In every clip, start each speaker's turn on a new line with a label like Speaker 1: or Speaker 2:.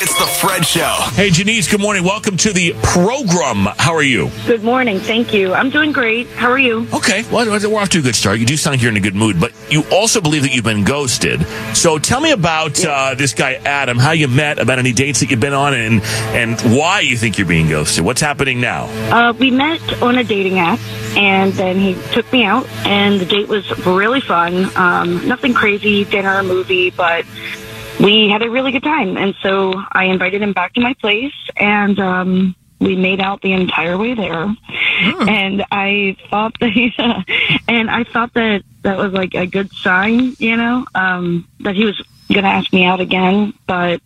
Speaker 1: It's the Fred Show.
Speaker 2: Hey, Janice, good morning. Welcome to the program. How are you?
Speaker 3: Good morning. Thank you. I'm doing great. How are you?
Speaker 2: Okay. Well, we're off to a good start. You do sound like you're in a good mood, but you also believe that you've been ghosted. So tell me about uh, this guy, Adam, how you met, about any dates that you've been on, and, and why you think you're being ghosted. What's happening now?
Speaker 3: Uh, we met on a dating app, and then he took me out, and the date was really fun. Um, nothing crazy, dinner, movie, but we had a really good time. And so I invited him back to my place and um, we made out the entire way there. Oh. And I thought that, and I thought that that was like a good sign, you know, um, that he was going to ask me out again. But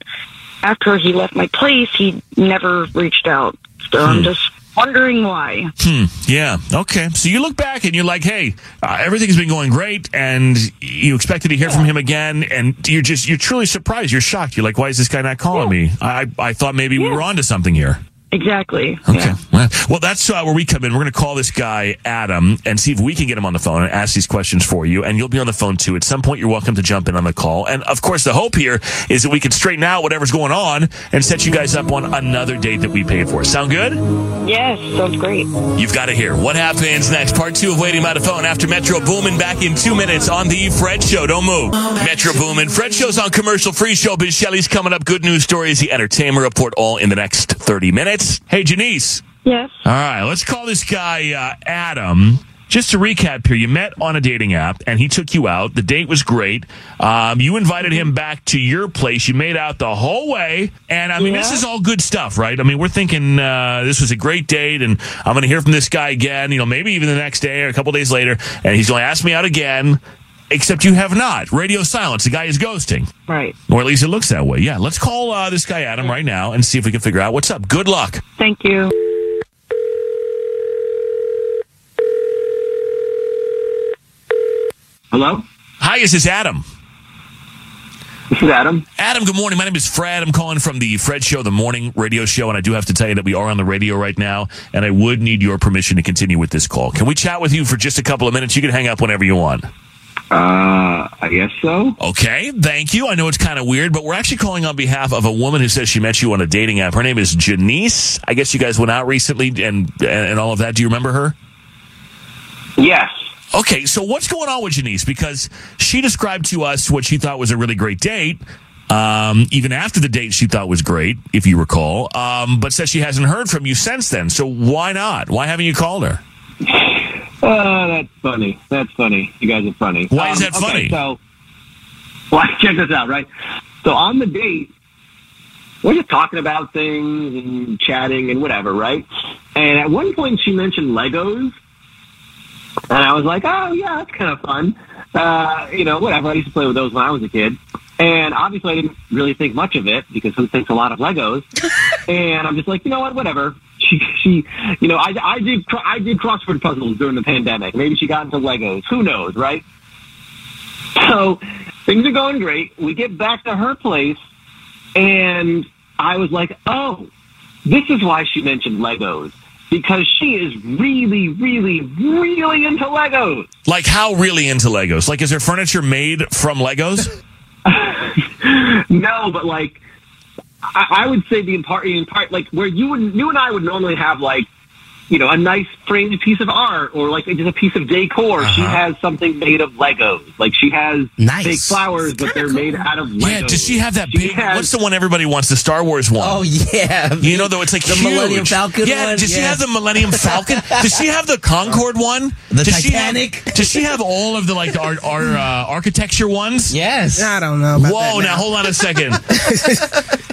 Speaker 3: after he left my place, he never reached out. So hmm. I'm just wondering why.
Speaker 2: Hmm. Yeah. Okay. So you look back and you're like, hey, uh, everything's been going great, and you expected to hear yeah. from him again, and you're just you're truly surprised. You're shocked. You're like, why is this guy not calling yeah. me? I I thought maybe yeah. we were onto something here.
Speaker 3: Exactly.
Speaker 2: Okay. Yeah. Well, that's uh, where we come in. We're going to call this guy Adam and see if we can get him on the phone and ask these questions for you. And you'll be on the phone too. At some point, you're welcome to jump in on the call. And of course, the hope here is that we can straighten out whatever's going on and set you guys up on another date that we paid for. Sound good?
Speaker 3: Yes, sounds great.
Speaker 2: You've got to hear what happens next. Part two of Waiting by the Phone after Metro Boomin back in two minutes on the Fred Show. Don't move. Metro Boomin. Fred Show's on commercial free show. Biz Shelley's coming up. Good news stories. The Entertainment Report. All in the next thirty minutes. Hey, Janice.
Speaker 3: Yes.
Speaker 2: All right, let's call this guy uh, Adam. Just to recap here, you met on a dating app and he took you out. The date was great. Um, you invited him back to your place. You made out the whole way. And I mean, yeah. this is all good stuff, right? I mean, we're thinking uh, this was a great date and I'm going to hear from this guy again, you know, maybe even the next day or a couple days later. And he's going to ask me out again except you have not. Radio silence. The guy is ghosting.
Speaker 3: Right.
Speaker 2: Or at least it looks that way. Yeah. Let's call uh, this guy Adam right now and see if we can figure out what's up. Good luck.
Speaker 3: Thank you.
Speaker 4: Hello.
Speaker 2: Hi, is this Adam?
Speaker 4: This is Adam.
Speaker 2: Adam, good morning. My name is Fred. I'm calling from the Fred Show, the morning radio show, and I do have to tell you that we are on the radio right now, and I would need your permission to continue with this call. Can we chat with you for just a couple of minutes? You can hang up whenever you want.
Speaker 4: Uh, I guess so.
Speaker 2: Okay, thank you. I know it's kind of weird, but we're actually calling on behalf of a woman who says she met you on a dating app. Her name is Janice. I guess you guys went out recently and and, and all of that. Do you remember her?
Speaker 4: Yes.
Speaker 2: Okay, so what's going on with Janice? Because she described to us what she thought was a really great date. um, even after the date she thought was great, if you recall, um, but says she hasn't heard from you since then. So why not? Why haven't you called her?
Speaker 4: Oh, that's funny. That's funny. You guys are funny. Um,
Speaker 2: Why is that funny?
Speaker 4: Okay, so, well, check this out, right? So on the date, we're just talking about things and chatting and whatever, right? And at one point, she mentioned Legos, and I was like, "Oh yeah, that's kind of fun." Uh, you know, whatever. I used to play with those when I was a kid, and obviously, I didn't really think much of it because who thinks a lot of Legos? and I'm just like, you know what, whatever. She, she, you know, I, I did, cro- I did crossword puzzles during the pandemic. Maybe she got into Legos. Who knows, right? So things are going great. We get back to her place, and I was like, oh, this is why she mentioned Legos because she is really, really, really into Legos.
Speaker 2: Like how really into Legos? Like is there furniture made from Legos?
Speaker 4: no, but like I, I would say the in part, in part, like where you would, you and I would normally have like, you know, a nice framed piece of art or like just a piece of decor. She has something made of Legos. Like she has
Speaker 5: Nice.
Speaker 4: fake flowers, but they're made out of Legos.
Speaker 2: yeah. Does she have that
Speaker 4: She
Speaker 2: big?
Speaker 4: has-
Speaker 2: what's the one everybody wants? The Star Wars one.
Speaker 5: Oh yeah,
Speaker 2: You know, though it's like
Speaker 5: the
Speaker 2: huge.
Speaker 5: Millennium Falcon.
Speaker 2: Yeah,
Speaker 5: one?
Speaker 2: does she
Speaker 5: Yeah.
Speaker 2: have the Millennium Falcon? does she have the Concorde one?
Speaker 5: The
Speaker 2: does She
Speaker 5: Titanic?
Speaker 2: have, does she have all of the like our, our uh, architecture ones?
Speaker 5: Yes.
Speaker 6: I don't know. About
Speaker 2: Whoa!
Speaker 6: that
Speaker 2: Now. hold on a second.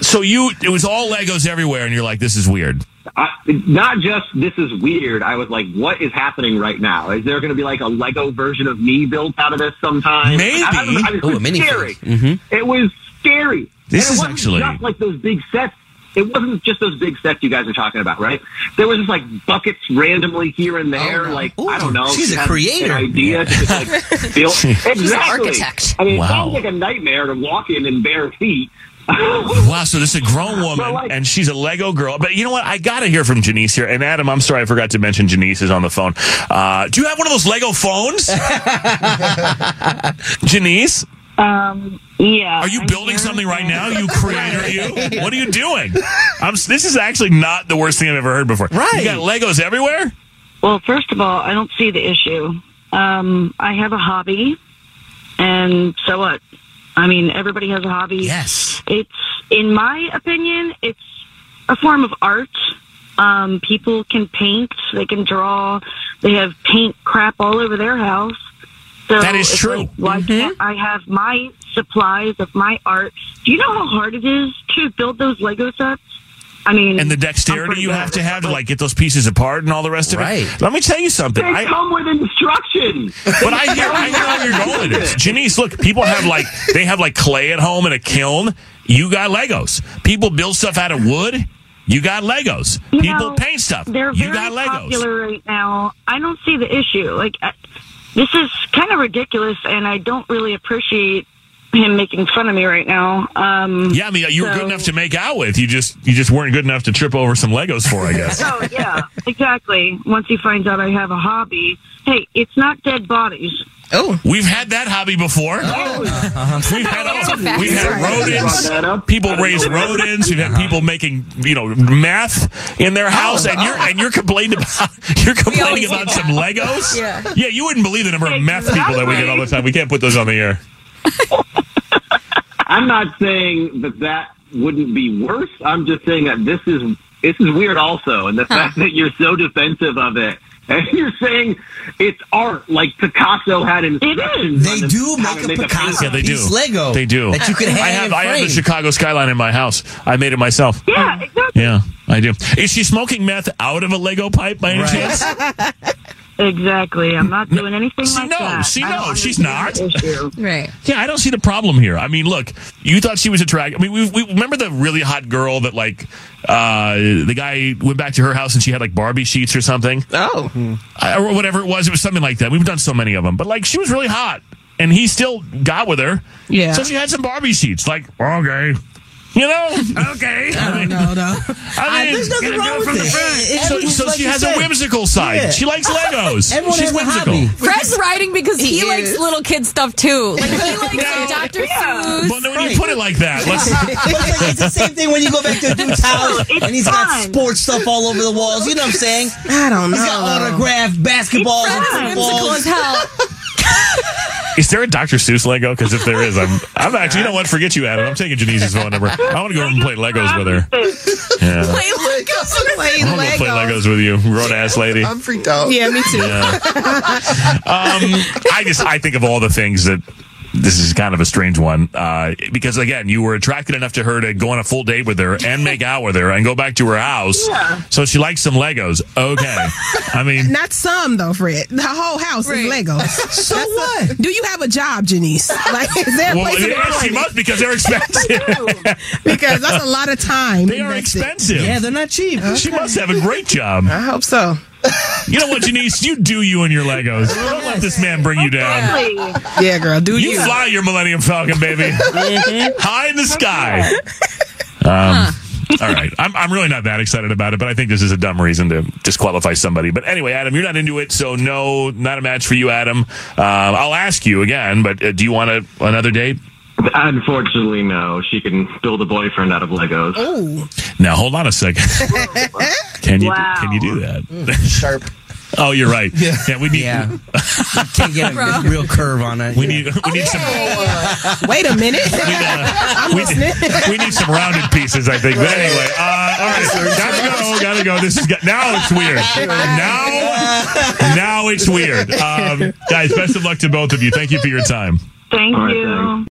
Speaker 2: so you, it was all Legos everywhere, and you're like, "This is weird."
Speaker 4: I, not just this is weird. I was like, what is happening right now? Is there going to be like a Lego version of me built out of this sometime?
Speaker 2: Maybe.
Speaker 4: I, don't know. I mean, it
Speaker 5: Ooh, a
Speaker 4: was
Speaker 5: minifig.
Speaker 4: scary. It was scary.
Speaker 2: This
Speaker 4: and it
Speaker 2: is
Speaker 4: wasn't
Speaker 2: actually-
Speaker 4: just like those big sets. It wasn't just those big sets you guys are talking about, right? There was just like buckets randomly here and there. Like
Speaker 5: Ooh,
Speaker 4: I don't know.
Speaker 5: she's
Speaker 4: she
Speaker 5: a
Speaker 4: had
Speaker 5: creator.
Speaker 4: An idea to just like build. exactly.
Speaker 7: architect.
Speaker 4: I mean,
Speaker 2: Wow.
Speaker 4: it sounds like a nightmare to walk in in bare feet.
Speaker 2: Wow, so this is a grown woman,
Speaker 4: Well, like-
Speaker 2: and she's a Lego girl. But you know what? I got to hear from Janice here. And Adam, I'm sorry I forgot to mention Janice is on the phone. Uh, do you have one of those Lego phones? Janice,
Speaker 3: Um, yeah.
Speaker 5: Uh,
Speaker 2: are you
Speaker 3: I'm
Speaker 2: building
Speaker 3: here.
Speaker 2: something right now? You creator, you? What are you doing? I'm, s- this is actually not the worst thing I've ever heard before.
Speaker 5: Right.
Speaker 2: You got Legos everywhere?
Speaker 3: Well, first of all, I don't see the issue. Um, I have a hobby, and so what? I mean, everybody has a hobby.
Speaker 5: Yes.
Speaker 3: It's, in my opinion, it's a form of art. Um, people can paint, they can draw, they have paint crap all over their house. So
Speaker 2: That is
Speaker 3: it's
Speaker 2: true.
Speaker 3: like, why can't I have my supplies of my art? Do you know how hard it is to build those Lego sets? I mean,
Speaker 2: And the
Speaker 3: I'm
Speaker 2: dexterity
Speaker 3: pretty
Speaker 2: you
Speaker 3: bad
Speaker 2: have
Speaker 3: at
Speaker 2: to
Speaker 3: it,
Speaker 2: have to
Speaker 3: but-
Speaker 2: like get those pieces apart and all the rest of
Speaker 5: Right.
Speaker 2: it. Let me tell you something.
Speaker 4: They
Speaker 2: I-
Speaker 4: come with instructions.
Speaker 2: But I hear, I hear how you're going with this. Janice, look, people have like, they have like clay at home in a kiln. You got Legos. People build stuff out of wood. You got Legos.
Speaker 3: You
Speaker 2: people
Speaker 3: know,
Speaker 2: paint stuff.
Speaker 3: They're
Speaker 2: you
Speaker 3: very
Speaker 2: got Legos.
Speaker 3: popular right now. I don't see the issue. Like, I, this is kind of ridiculous, and I don't really appreciate him making fun of me right now. Um,
Speaker 2: Yeah, I mean, you were
Speaker 3: So-
Speaker 2: good enough to make out with. You just, you just weren't good enough to trip over some Legos for, I guess.
Speaker 3: Oh yeah, exactly. Once he finds out I have a hobby, hey, it's not dead bodies.
Speaker 6: Oh,
Speaker 2: We've had that hobby before.
Speaker 3: Oh.
Speaker 2: We've had all, we've had
Speaker 4: Brought
Speaker 2: rodents.
Speaker 4: that up.
Speaker 2: People raise rodents. We've
Speaker 3: Uh-huh.
Speaker 2: had people making, you know, meth in
Speaker 3: Oh.
Speaker 2: their house, and you're and you're complaining about you're complaining
Speaker 6: always do
Speaker 2: about some Legos.
Speaker 6: Yeah.
Speaker 2: yeah, you wouldn't believe the number of meth people that we get all the time. We can't put those on the air.
Speaker 4: I'm not saying that that wouldn't be worse. I'm just saying that this is this is weird also, and the fact that you're so defensive of it, and you're saying it's art, like Picasso had instructions.
Speaker 5: They
Speaker 4: on
Speaker 5: do
Speaker 4: how
Speaker 5: make
Speaker 4: to
Speaker 5: a
Speaker 4: painting.
Speaker 5: Picasso.
Speaker 2: Yeah, they do.
Speaker 5: Piece Lego
Speaker 2: They do.
Speaker 5: that you can
Speaker 2: I
Speaker 5: hang
Speaker 2: have
Speaker 5: and
Speaker 2: I have the
Speaker 5: frame.
Speaker 2: Chicago skyline in my house. I made it myself.
Speaker 3: Yeah, exactly.
Speaker 2: Yeah, I do. Is she smoking meth out of a Lego pipe by any
Speaker 5: Right.
Speaker 2: chance?
Speaker 3: Exactly. I'm not doing anything
Speaker 2: See,
Speaker 3: like
Speaker 2: no,
Speaker 3: that.
Speaker 2: see,
Speaker 3: I
Speaker 2: no,
Speaker 3: don't
Speaker 2: she's
Speaker 3: understand the issue.
Speaker 6: right.
Speaker 2: Yeah, I don't see the problem here. I mean, look, you thought she was attractive. I mean, we, we remember the really hot girl that like uh, the guy went back to her house and she had like Barbie sheets or something
Speaker 6: Oh,
Speaker 2: I- or whatever it was. It was something like that. We've done so many of them, but like she was really hot and he still got with her.
Speaker 6: Yeah.
Speaker 2: So she had some Barbie sheets. Like okay, you know, okay. I mean,
Speaker 6: no, no.
Speaker 2: I mean,
Speaker 5: There's nothing
Speaker 2: gotta do
Speaker 5: wrong
Speaker 2: it
Speaker 5: with
Speaker 2: from the
Speaker 5: it.
Speaker 2: front.
Speaker 5: It's
Speaker 2: So,
Speaker 5: just
Speaker 2: so
Speaker 5: like
Speaker 2: she
Speaker 5: you
Speaker 2: has
Speaker 5: said.
Speaker 2: a whimsical side.
Speaker 5: Yeah.
Speaker 2: She likes Legos.
Speaker 5: Everyone
Speaker 2: She's
Speaker 5: has a
Speaker 2: whimsical.
Speaker 5: hobby.
Speaker 8: Fred's writing because he,
Speaker 6: He
Speaker 8: likes
Speaker 6: is.
Speaker 8: little kid stuff too. Like he likes like, Dr. Seuss.
Speaker 2: Well, no, when you put it like that, let's,
Speaker 5: But it's, like, it's the same thing when you go back to a dude's house
Speaker 3: It's
Speaker 5: and he's got
Speaker 3: fun.
Speaker 5: sports stuff all over the walls. You know what I'm saying?
Speaker 6: I don't know.
Speaker 5: He's got autographed basketballs and
Speaker 8: Fred's whimsical as
Speaker 5: footballs.
Speaker 8: hell.
Speaker 2: Is there a Dr. Seuss Lego? Because if there is, I'm I'm actually you know what? Forget you, Adam. I'm taking Janice's phone number. I want to go and play Legos with her. Yeah.
Speaker 9: Play Legos.
Speaker 2: I'm gonna go play Legos with you, grown ass lady.
Speaker 10: I'm freaked out.
Speaker 9: Yeah, me too.
Speaker 2: Yeah. um, I just I think of all the things that this is kind of a strange one uh, because again you were attracted enough to her to go on a full date with her and make out with her and go back to her house.
Speaker 11: Yeah.
Speaker 2: So she likes some Legos. Okay, I mean
Speaker 11: Not some though, Fred. The whole house is Legos. so what? do you have a job, Janice? Like, is there a
Speaker 2: well,
Speaker 11: place
Speaker 2: yes, she must because they're expensive.
Speaker 11: because that's a lot of time.
Speaker 2: They are
Speaker 11: invested.
Speaker 2: expensive. Yeah, they're
Speaker 11: not cheap.
Speaker 2: She must have a great job. I
Speaker 11: hope so.
Speaker 2: You know what, Janice? You do you and your Legos. Don't let this man bring you down.
Speaker 11: Yeah, girl. Do
Speaker 2: You
Speaker 11: you?
Speaker 2: fly your Millennium Falcon, baby. High in the sky. Um, all right. I'm, I'm really not that excited about it, but I think this is a dumb reason to disqualify somebody. But anyway, Adam, you're not into it, so no, not a match for you, Adam. Um, I'll ask you again, but uh, do you want a, another date?
Speaker 10: Unfortunately, no. She can build a boyfriend out of Legos.
Speaker 11: Oh.
Speaker 2: Now, hold on a second. Can you do, can you do that? sharp. Oh, you're right. Yeah, we need.
Speaker 12: Can't get a real curve on it.
Speaker 2: We need. We need some.
Speaker 11: Wait a minute. I'm
Speaker 2: we,
Speaker 11: listening.
Speaker 2: we need some rounded pieces, I think. But anyway, uh, all right, gotta go, gotta go. This is got, now it's weird. Now, now it's weird. Um, guys, best of luck to both of you. Thank you for your time.
Speaker 13: Thank
Speaker 2: All right,
Speaker 13: you.